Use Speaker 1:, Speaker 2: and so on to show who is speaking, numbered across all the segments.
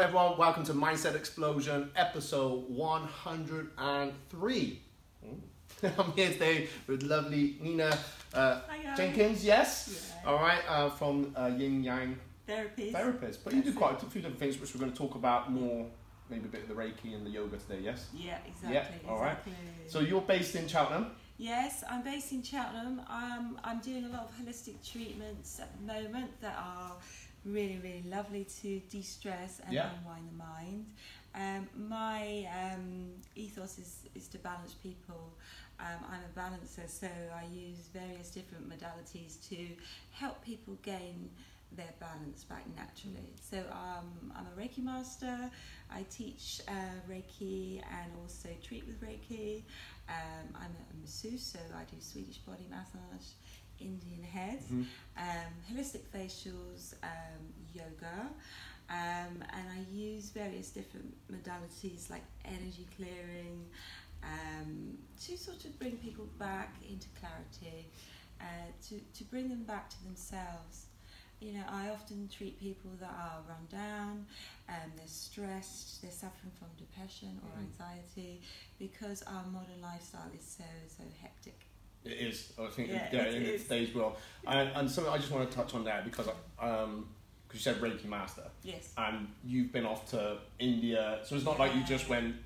Speaker 1: everyone? Welcome to Mindset Explosion, episode 103. Mm. I'm here today with lovely Nina uh,
Speaker 2: Hi guys.
Speaker 1: Jenkins, yes?
Speaker 2: Yeah.
Speaker 1: All right, uh, from uh, Yin Yang
Speaker 2: Therapies.
Speaker 1: Therapist. But you do
Speaker 2: That's
Speaker 1: quite a few different things, which we're going to talk about more, maybe a bit of the Reiki and the yoga today, yes?
Speaker 2: Yeah, exactly.
Speaker 1: all right.
Speaker 2: exactly.
Speaker 1: So you're based in Cheltenham?
Speaker 2: yes, I'm based in Cheltenham. Um, I'm doing a lot of holistic treatments at the moment that are really, really lovely to de-stress and
Speaker 1: Yeah.
Speaker 2: unwind the mind. Um, my um, ethos is, is to balance people. Um, I'm a balancer, so I use various different modalities to help people gain their balance back naturally. So um, I'm a Reiki master. I teach uh, Reiki and also treat with Reiki. Um, I'm a masseuse, so I do Swedish body massage, Indian head,
Speaker 1: Mhm.
Speaker 2: um, holistic facials, um, yoga, um, and I use various different modalities like energy clearing um, to sort of bring people back into clarity, uh, to, to bring them back to themselves. You know, I often treat people that are run down, um, they're stressed, they're suffering from depression or
Speaker 1: Mhm.
Speaker 2: anxiety because our modern lifestyle is so, so hectic.
Speaker 1: It is. I think yeah,
Speaker 2: Yeah,
Speaker 1: yeah
Speaker 2: it
Speaker 1: in
Speaker 2: is.
Speaker 1: today's world. And, and something I just want to touch on there because I, um, cause you said Reiki Master.
Speaker 2: Yes.
Speaker 1: and you've been off to India. So it's not like you just went,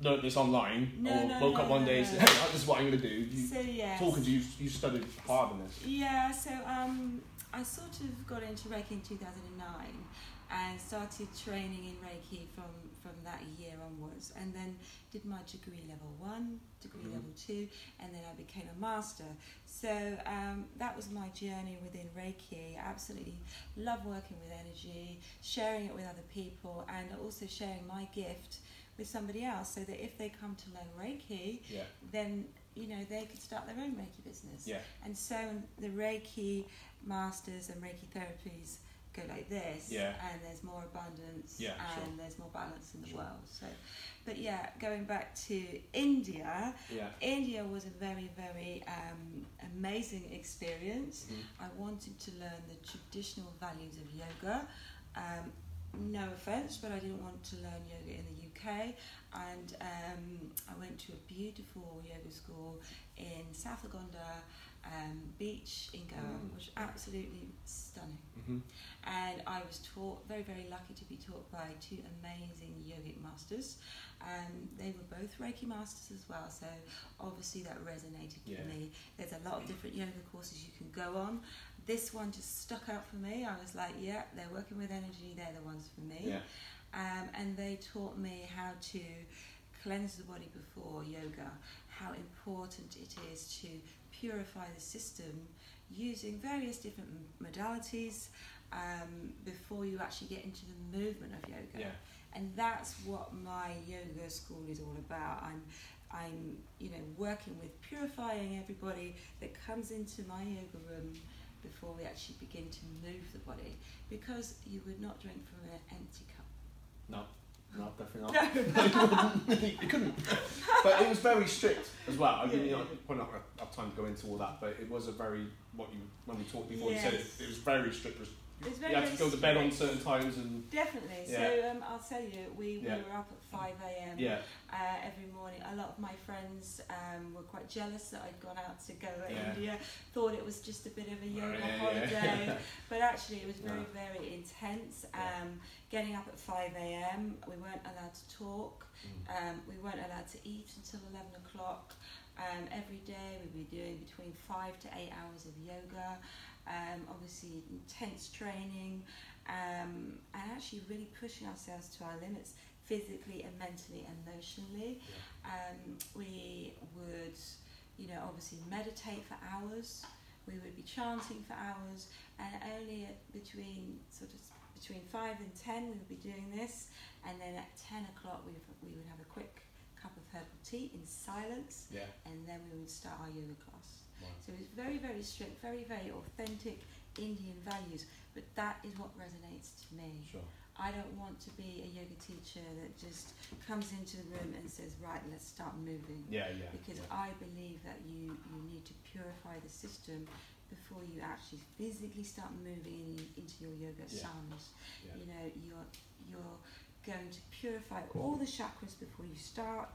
Speaker 1: learnt this online,
Speaker 2: No,
Speaker 1: or
Speaker 2: no,
Speaker 1: woke
Speaker 2: no,
Speaker 1: up one
Speaker 2: no,
Speaker 1: day and
Speaker 2: no.
Speaker 1: said, hey, this is what I'm going to do. You,
Speaker 2: So, yes.
Speaker 1: Talking to you, you studied hard on this.
Speaker 2: Yeah, so um, I sort of got into Reiki in 2009 and started training in Reiki from, from that year onwards. And then did my degree level one, degree
Speaker 1: Mhm.
Speaker 2: level two, and then I became a master. So um, that was my journey within Reiki. I absolutely love working with energy, sharing it with other people, and also sharing my gift with somebody else so that if they come to know Reiki,
Speaker 1: Yeah.
Speaker 2: then you know they could start their own Reiki business.
Speaker 1: Yeah.
Speaker 2: And so the Reiki masters and Reiki therapies go like this.
Speaker 1: Yeah.
Speaker 2: And there's more abundance.
Speaker 1: Yeah,
Speaker 2: And
Speaker 1: sure.
Speaker 2: there's more balance in the
Speaker 1: Sure.
Speaker 2: world. So, but yeah, going back to India,
Speaker 1: Yeah.
Speaker 2: India was a very very um, amazing experience.
Speaker 1: Mhm.
Speaker 2: I wanted to learn the traditional values of yoga. Um, no offense, but I didn't want to learn yoga in the UK, and um, I went to a beautiful yoga school in South Lagonda um, Beach in Goa,
Speaker 1: Mm.
Speaker 2: which was absolutely stunning.
Speaker 1: Mhm.
Speaker 2: And I was taught, very, very lucky to be taught by two amazing yogic masters. Um, they were both Reiki masters as well, so obviously that resonated
Speaker 1: Yeah.
Speaker 2: with me. There's a lot of different yoga courses you can go on. This one just stuck out for me. I was like, yeah, they're working with energy, they're the ones for me
Speaker 1: Yeah.
Speaker 2: um, and they taught me how to cleanse the body before yoga, how important it is to purify the system using various different m- modalities um, before you actually get into the movement of yoga.
Speaker 1: Yeah.
Speaker 2: And that's what my yoga school is all about. I'm I'm you know working with purifying everybody that comes into my yoga room before we actually begin to move the body because you would not drink from an empty cup.
Speaker 1: No. No, definitely not.
Speaker 2: No.
Speaker 1: you couldn't. But it was very strict as well. I mean,
Speaker 2: Yeah,
Speaker 1: you know,
Speaker 2: yeah.
Speaker 1: probably not have time to go into all that, but it was a very, what you, when we talked before, you said
Speaker 2: Yes.
Speaker 1: it, it was very strict. res-
Speaker 2: It's
Speaker 1: you had to go to bed on certain times and,
Speaker 2: Definitely. So um, I'll tell you, we, we
Speaker 1: Yeah.
Speaker 2: were up at 5 a.m.
Speaker 1: yeah.
Speaker 2: uh, every morning. A lot of my friends um, were quite jealous that I'd gone out to go to
Speaker 1: Yeah.
Speaker 2: India, thought it was just a bit of a yoga
Speaker 1: yeah,
Speaker 2: holiday,
Speaker 1: yeah.
Speaker 2: but actually it was very,
Speaker 1: No.
Speaker 2: very intense.
Speaker 1: Yeah.
Speaker 2: Um, getting up at 5 a.m., we weren't allowed to talk,
Speaker 1: Mm.
Speaker 2: um, we weren't allowed to eat until 11 o'clock. Um, every day we were doing between five to eight hours of yoga, um, obviously intense training, um, and actually really pushing ourselves to our limits physically and mentally and emotionally. Um, we would, you know, obviously meditate for hours. We would be chanting for hours, and only at between sort of between five and ten we would be doing this, and then at ten o'clock we we would have a quick cup of herbal tea in silence,
Speaker 1: Yeah.
Speaker 2: and then we would start our yoga class.
Speaker 1: Wow.
Speaker 2: So it's very very strict, very very authentic Indian values, but that is what resonates to me.
Speaker 1: Sure.
Speaker 2: I don't want to be a yoga teacher that just comes into the room and says, right, let's start moving.
Speaker 1: Yeah, yeah.
Speaker 2: Because
Speaker 1: yeah.
Speaker 2: I believe that you, you need to purify the system before you actually physically start moving in, into your yoga
Speaker 1: Yeah.
Speaker 2: sounds.
Speaker 1: Yeah.
Speaker 2: You know, you're, you're going to purify all the chakras before you start.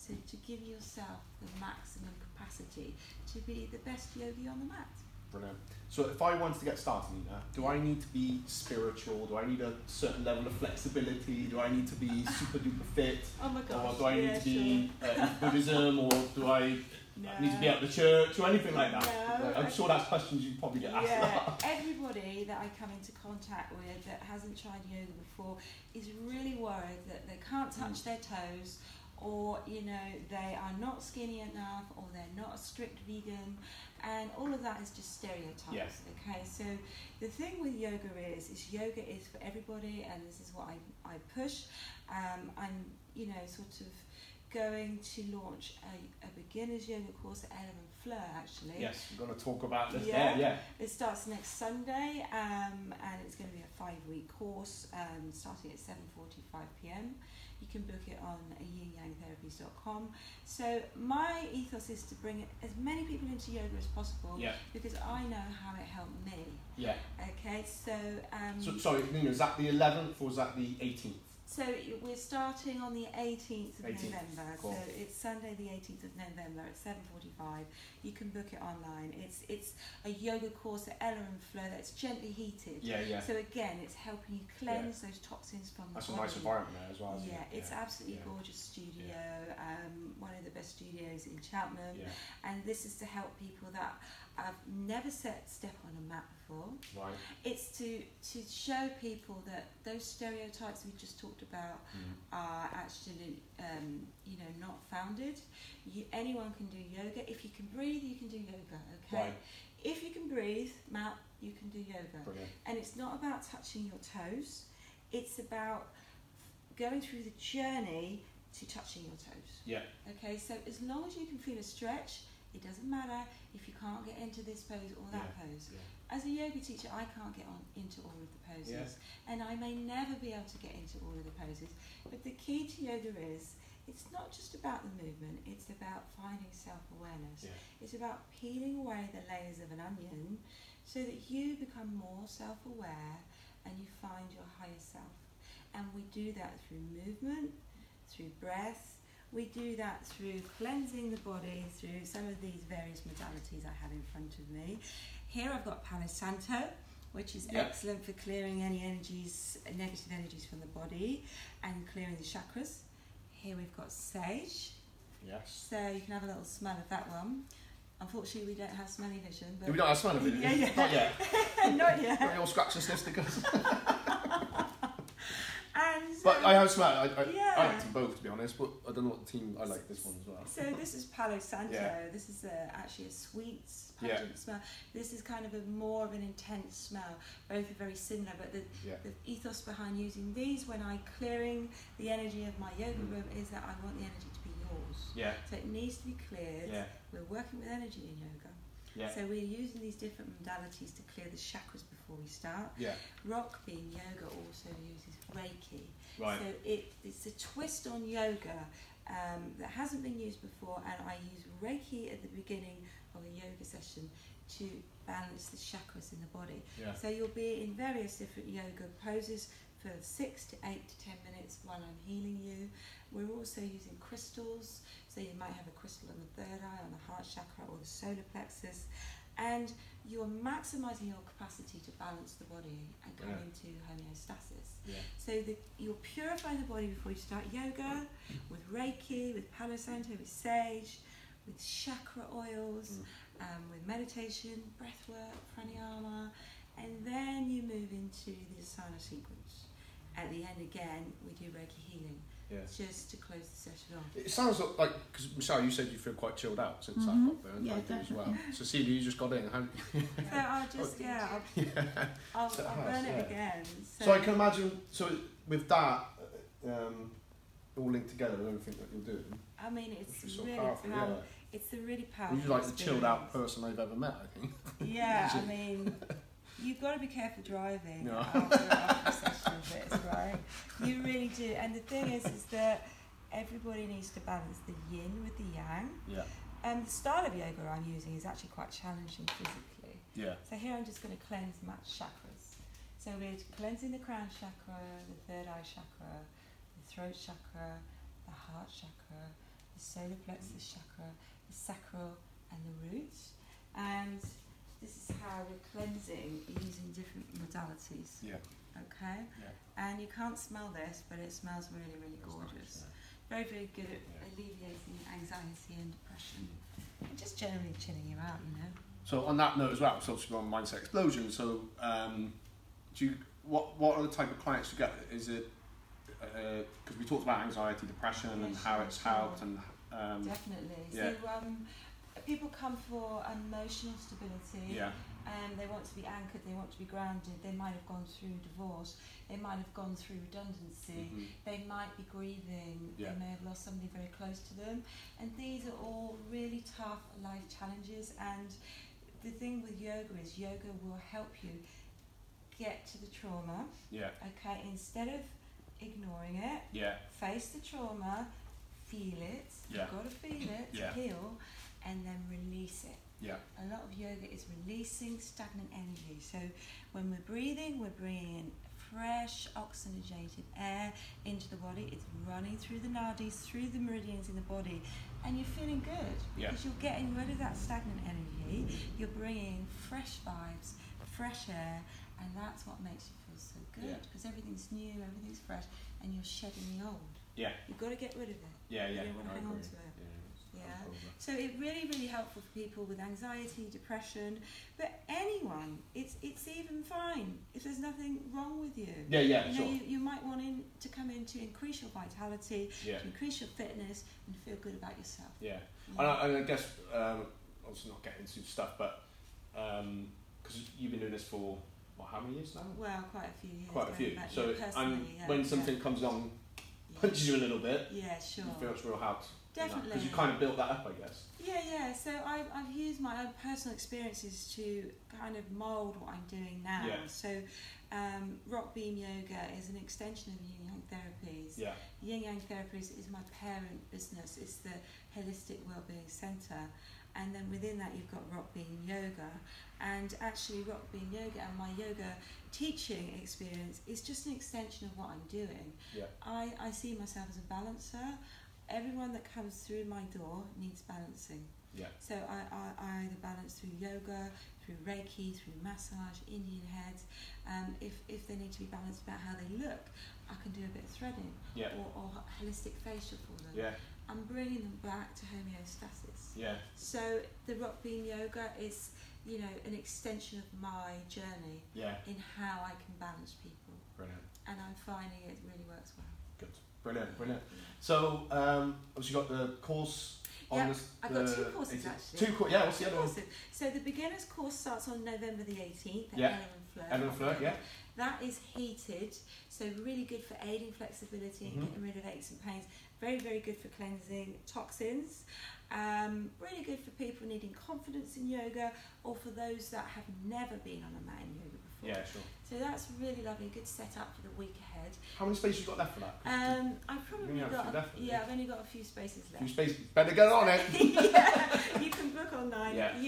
Speaker 2: So to give yourself the maximum capacity to be the best yogi on the mat.
Speaker 1: Brilliant. So if I wanted to get started, Nina, do I need to be spiritual? Do I need a certain level of flexibility? Do I need to be super duper fit?
Speaker 2: Oh my gosh.
Speaker 1: or do I need
Speaker 2: yeah,
Speaker 1: to be uh, in Buddhism? Or do I
Speaker 2: sure.
Speaker 1: need to be at the church? Or anything like that?
Speaker 2: No,
Speaker 1: Like,
Speaker 2: I
Speaker 1: I'm sure that's questions you probably get asked a lot.
Speaker 2: Yeah, everybody that I come into contact with that hasn't tried yoga before is really worried that they
Speaker 1: Mm.
Speaker 2: can't touch their toes or you know they are not skinny enough or they're not a strict vegan and all of that is just stereotypes
Speaker 1: Yeah.
Speaker 2: okay so the thing with yoga is is yoga is for everybody and this is what i, I push um, i'm you know sort of going to launch a, a beginner's yoga course at element fleur actually
Speaker 1: Yes, we're going to talk about this.
Speaker 2: Yeah.
Speaker 1: Yeah, yeah.
Speaker 2: it starts next Sunday, um, and it's going to be a five-week course, um, starting at 7:45 p.m. You can book it on yinyangtherapies.com. So my ethos is to bring as many people into yoga as possible
Speaker 1: Yeah.
Speaker 2: because I know how it helped me.
Speaker 1: Yeah.
Speaker 2: Okay, so um,
Speaker 1: So, sorry, Nina, is that the 11th or is that the 18th?
Speaker 2: so it- we're starting on the 18th of
Speaker 1: 18th,
Speaker 2: November.
Speaker 1: cool.
Speaker 2: So it's Sunday the 18th of November at 7:45. You can book it online. It's it's a yoga course at Ella and Flow that's gently heated.
Speaker 1: Yeah, yeah.
Speaker 2: So again, it's helping you cleanse those toxins from the
Speaker 1: That's a
Speaker 2: body.
Speaker 1: nice environment there as well. isn't
Speaker 2: Yeah,
Speaker 1: it?
Speaker 2: it's absolutely
Speaker 1: yeah.
Speaker 2: gorgeous studio. Um, one of the best studios in Cheltenham,
Speaker 1: Yeah.
Speaker 2: and this is to help people that have never set step on a mat before.
Speaker 1: Right.
Speaker 2: It's to to show people that those stereotypes we just talked about
Speaker 1: Mm.
Speaker 2: are actually um, you know not founded. You, anyone can do yoga. If you can breathe, you can do yoga. Okay.
Speaker 1: Right.
Speaker 2: If you can breathe, Matt, you can do yoga.
Speaker 1: Brilliant.
Speaker 2: And it's not about touching your toes. It's about going through the journey to touching your toes.
Speaker 1: Yeah.
Speaker 2: Okay. So as long as you can feel a stretch, it doesn't matter if you can't get into this pose or that pose.
Speaker 1: Yeah.
Speaker 2: As a yoga teacher, I can't get on into all of the poses, and I may never be able to get into all of the poses. But the key to yoga is it's not just about the movement; it's about finding self-awareness.
Speaker 1: Yeah.
Speaker 2: It's about peeling away the layers of an onion, so that you become more self-aware and you find your higher self. And we do that through movement, through breath. We do that through cleansing the body through some of these various modalities I have in front of me. Here I've got Palo Santo, which is
Speaker 1: Yep.
Speaker 2: excellent for clearing any energies, negative energies from the body and clearing the chakras. Here we've got sage,
Speaker 1: Yes.
Speaker 2: so you can have a little smell of that one. Unfortunately, we don't have smelly vision, but
Speaker 1: Do we not have smell of it?
Speaker 2: Yeah, yeah.
Speaker 1: Not yet.
Speaker 2: not yet.
Speaker 1: Got any old scratch and sniff stickers?
Speaker 2: And
Speaker 1: But I have smell. I, I, I
Speaker 2: Yeah.
Speaker 1: like them both, to be honest. But I don't know what team I like this one as well.
Speaker 2: So this is Palo Santo.
Speaker 1: Yeah.
Speaker 2: This is a, actually a sweet,
Speaker 1: Yeah.
Speaker 2: pungent smell. This is kind of a more of an intense smell. Both are very similar, but the,
Speaker 1: Yeah.
Speaker 2: the ethos behind using these when I'm clearing the energy of my yoga
Speaker 1: Mm.
Speaker 2: room is that I want the energy to be yours.
Speaker 1: Yeah.
Speaker 2: So it needs to be cleared.
Speaker 1: Yeah.
Speaker 2: We're working with energy in yoga.
Speaker 1: Yeah.
Speaker 2: So we're using these different modalities to clear the chakras before we start.
Speaker 1: Yeah.
Speaker 2: Rock being yoga also uses Reiki.
Speaker 1: Right.
Speaker 2: So it, it's a twist on yoga um, that hasn't been used before, and I use Reiki at the beginning of a yoga session to balance the chakras in the body.
Speaker 1: Yeah.
Speaker 2: So you'll be in various different yoga poses for six to eight to ten minutes while I'm healing you. We're also using crystals, so you might have a crystal on the third eye, on the heart chakra, or the solar plexus. And you're maximizing your capacity to balance the body and come
Speaker 1: Yeah.
Speaker 2: into homeostasis.
Speaker 1: Yeah.
Speaker 2: So the, you'll purify the body before you start yoga with Reiki, with Palo Santo, with sage, with chakra oils,
Speaker 1: Mm.
Speaker 2: um, with meditation, breath work, pranayama, and then you move into the asana sequence. At the end, again, we do Reiki healing
Speaker 1: Yeah.
Speaker 2: just to close the session off.
Speaker 1: It sounds like- like because Michelle, you said you feel quite chilled out since
Speaker 2: Mm-hmm.
Speaker 3: Mhm.
Speaker 1: that lockdown.
Speaker 3: Yeah,
Speaker 1: I do as well. So Celia, you just got in. How,
Speaker 2: So I'll just, yeah,
Speaker 1: yeah.
Speaker 2: I'll,
Speaker 1: Oh, So
Speaker 2: I'll, I'll
Speaker 1: nice,
Speaker 2: burn
Speaker 1: yeah.
Speaker 2: it again. So,
Speaker 1: So I can imagine. So with that, uh, um, all linked together, with everything that you're doing,
Speaker 2: I mean,
Speaker 1: which
Speaker 2: it's
Speaker 1: is so
Speaker 2: really
Speaker 1: powerful.
Speaker 2: powerful.
Speaker 1: Yeah.
Speaker 2: It's a really powerful.
Speaker 1: You're like the chilled out
Speaker 2: experience.
Speaker 1: person I've ever met. I think.
Speaker 2: Yeah, I
Speaker 1: Is it?
Speaker 2: mean, you've got to be careful driving
Speaker 1: No.
Speaker 2: after, after a session of this, right? You really do. And the thing is, is that everybody needs to balance the yin with the yang.
Speaker 1: Yeah.
Speaker 2: And the style of yoga I'm using is actually quite challenging physically.
Speaker 1: Yeah.
Speaker 2: So here I'm just going to cleanse my chakras. So we're cleansing the crown chakra, the third eye chakra, the throat chakra, the heart chakra, the solar plexus chakra, the sacral, and the root. And this is how we're cleansing using different modalities.
Speaker 1: Yeah.
Speaker 2: Okay?
Speaker 1: Yeah.
Speaker 2: And you can't smell this, but it smells really, really
Speaker 1: That's
Speaker 2: gorgeous.
Speaker 1: nice,
Speaker 2: Very, very good at
Speaker 1: Yeah.
Speaker 2: alleviating anxiety and depression.
Speaker 1: yeah.
Speaker 2: And just generally chilling you out, you know?
Speaker 1: So on that note as well, so obviously we're on mindset explosion. So um, do you what what are the type of clients you get? Is it because we talked about anxiety, depression, and how it's helped, and um,
Speaker 2: Definitely.
Speaker 1: Yeah.
Speaker 2: So um, people come for emotional stability.
Speaker 1: yeah,
Speaker 2: Um, they want to be anchored, they want to be grounded, they might have gone through divorce, they might have gone through redundancy,
Speaker 1: mhm,
Speaker 2: they might be grieving,
Speaker 1: Yeah.
Speaker 2: they may have lost somebody very close to them. And these are all really tough life challenges. And the thing with yoga is, yoga will help you get to the trauma,
Speaker 1: yeah,
Speaker 2: okay? Instead of ignoring it,
Speaker 1: yeah,
Speaker 2: face the trauma, feel it.
Speaker 1: Yeah.
Speaker 2: You've got to feel it
Speaker 1: Yeah.
Speaker 2: to heal, and then release it.
Speaker 1: Yeah.
Speaker 2: A lot of yoga is releasing stagnant energy. So when we're breathing, we're bringing in fresh oxygenated air into the body. It's running through the nadis, through the meridians in the body, and you're feeling good
Speaker 1: Yeah.
Speaker 2: because you're getting rid of that stagnant energy. You're bringing fresh vibes, fresh air, and that's what makes you feel so good
Speaker 1: Yeah.
Speaker 2: because everything's new, everything's fresh, and you're shedding the old.
Speaker 1: Yeah.
Speaker 2: You've got to get rid of it.
Speaker 1: yeah, yeah.
Speaker 2: You don't want
Speaker 1: I
Speaker 2: to hang
Speaker 1: agree.
Speaker 2: on to it.
Speaker 1: Yeah.
Speaker 2: Yeah. So it really, really helpful for people with anxiety, depression, but anyone. It's it's even fine if there's nothing wrong with you.
Speaker 1: Yeah, yeah,
Speaker 2: You know,
Speaker 1: sure.
Speaker 2: you, you might want in to come in to increase your vitality,
Speaker 1: Yeah,
Speaker 2: to increase your fitness, and feel good about yourself.
Speaker 1: yeah.
Speaker 2: you
Speaker 1: And
Speaker 2: know.
Speaker 1: I, and I guess, um, obviously not getting into stuff, but because you've been doing this for what, how many years now?
Speaker 2: well, quite a few years.
Speaker 1: Quite a
Speaker 2: going
Speaker 1: few.
Speaker 2: back, yeah,
Speaker 1: So
Speaker 2: personally,
Speaker 1: and
Speaker 2: yeah,
Speaker 1: when
Speaker 2: yeah,
Speaker 1: something comes on,
Speaker 2: yeah,
Speaker 1: punches you a little bit,
Speaker 2: Yeah, sure.
Speaker 1: you feel it's real helped.
Speaker 2: Definitely.
Speaker 1: Because you kind of built that up, I guess.
Speaker 2: Yeah, yeah. So I've, I've used my own personal experiences to kind of mould what I'm doing now.
Speaker 1: Yeah.
Speaker 2: So um, rock beam yoga is an extension of yin yang therapies.
Speaker 1: Yeah.
Speaker 2: Yin Yang Therapies is my parent business. It's the holistic wellbeing centre, and then within that you've got Rock Beam Yoga, and actually Rock Beam Yoga and my yoga teaching experience is just an extension of what I'm doing.
Speaker 1: Yeah.
Speaker 2: I, I see myself as a balancer. Everyone that comes through my door needs balancing.
Speaker 1: Yeah.
Speaker 2: So I, I, I either balance through yoga, through Reiki, through massage, Indian heads. Um, if, if they need to be balanced about how they look, I can do a bit of threading
Speaker 1: Yeah.
Speaker 2: or, or holistic facial for them.
Speaker 1: Yeah.
Speaker 2: I'm bringing them back to homeostasis.
Speaker 1: Yeah.
Speaker 2: So the rock beam yoga is, you know, an extension of my journey
Speaker 1: Yeah.
Speaker 2: in how I can balance people,
Speaker 1: Brilliant.
Speaker 2: and I'm finding it really works well.
Speaker 1: Good. Brilliant. Brilliant. So um, obviously you got the course on
Speaker 2: Yeah,
Speaker 1: this.
Speaker 2: I've got two
Speaker 1: the-
Speaker 2: courses,
Speaker 1: is it-
Speaker 2: actually.
Speaker 1: Two courses. Yeah. What's the other one?
Speaker 2: Awesome. So the beginner's course starts on November the 18th at
Speaker 1: Yeah.
Speaker 2: Ellen Fleur.
Speaker 1: Evan Flirt. Yeah.
Speaker 2: That is heated, so really good for aiding flexibility and
Speaker 1: Mhm.
Speaker 2: getting rid of aches and pains. Very, very good for cleansing toxins. Um, really good for people needing confidence in yoga or for those that have never been on a mat in yoga before.
Speaker 1: Yeah. Sure.
Speaker 2: So that's really lovely, good setup for the week ahead.
Speaker 1: How many spaces you got left for that? 'Cause
Speaker 2: Um, I've
Speaker 1: only
Speaker 2: probably
Speaker 1: have a
Speaker 2: got,
Speaker 1: few left, haven't
Speaker 2: yeah,
Speaker 1: you?
Speaker 2: I've only got a few spaces
Speaker 1: Few
Speaker 2: left.
Speaker 1: spaces. Better get on it.
Speaker 2: yeah, you can book online
Speaker 1: Yeah.
Speaker 2: at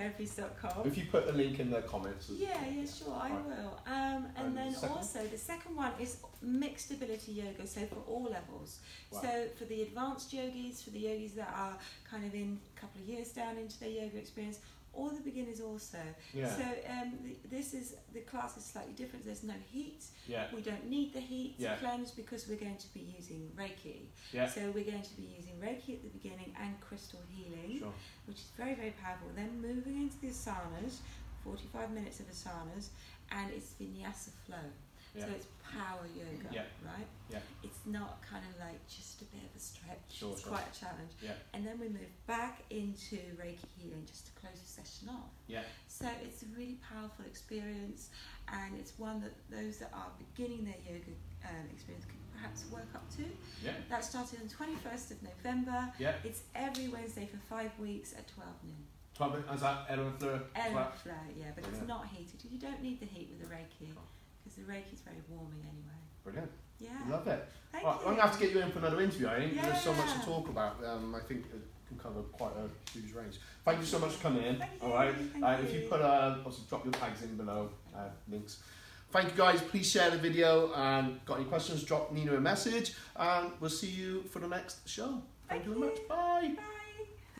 Speaker 2: yingyangtherapies.com.
Speaker 1: If you put the link in the comments. as-
Speaker 2: Yeah, yeah, sure, I
Speaker 1: Right.
Speaker 2: will. Um,
Speaker 1: And
Speaker 2: and
Speaker 1: the
Speaker 2: then
Speaker 1: second?
Speaker 2: also the second one is mixed ability yoga, so for all levels.
Speaker 1: Wow.
Speaker 2: So for the advanced yogis, for the yogis that are kind of in a couple of years down into their yoga experience, or the beginners also.
Speaker 1: Yeah.
Speaker 2: So um, th- this is the class is slightly different. There's no heat.
Speaker 1: yeah.
Speaker 2: We don't need the heat
Speaker 1: Yeah.
Speaker 2: to cleanse because we're going to be using Reiki.
Speaker 1: Yeah.
Speaker 2: So we're going to be using Reiki at the beginning and crystal healing
Speaker 1: Sure.
Speaker 2: which is very, very powerful. Then moving into the asanas, 45 minutes of asanas, and it's vinyasa flow.
Speaker 1: Yeah.
Speaker 2: So it's power yoga,
Speaker 1: Yeah.
Speaker 2: right?
Speaker 1: Yeah.
Speaker 2: It's not kind of like just a bit of a stretch.
Speaker 1: Sure,
Speaker 2: it's
Speaker 1: sure.
Speaker 2: quite a challenge.
Speaker 1: Yeah.
Speaker 2: And then we move back into Reiki healing just to close the session off.
Speaker 1: Yeah.
Speaker 2: So it's a really powerful experience, and it's one that those that are beginning their yoga um, experience can perhaps work up to.
Speaker 1: Yeah.
Speaker 2: That started on 21st of November.
Speaker 1: Yeah.
Speaker 2: It's every Wednesday for five weeks at 12 noon.
Speaker 1: Twelve. minutes, Is that Evan Flirt?
Speaker 2: Air
Speaker 1: Flirt?
Speaker 2: flow, yeah, but
Speaker 1: Brilliant.
Speaker 2: it's not heated. You don't need the heat with the Reiki
Speaker 1: Cool.
Speaker 2: because the Reiki is very warming anyway.
Speaker 1: Brilliant.
Speaker 2: Yeah.
Speaker 1: Love it.
Speaker 2: Thank
Speaker 1: Right,
Speaker 2: you.
Speaker 1: I'm gonna have to get you in for another interview. I think there's so much
Speaker 2: Yeah.
Speaker 1: to talk about. Um, I think it can cover quite a huge range. Thank you so much for coming in.
Speaker 2: Thank you,
Speaker 1: All right.
Speaker 2: thank
Speaker 1: uh, If
Speaker 2: you.
Speaker 1: you put uh, obviously drop your tags in below uh, links. Thank you guys. Please share the video. And got any questions? Drop Nina a message. And we'll see you for the next show. Thank, you very much. Bye.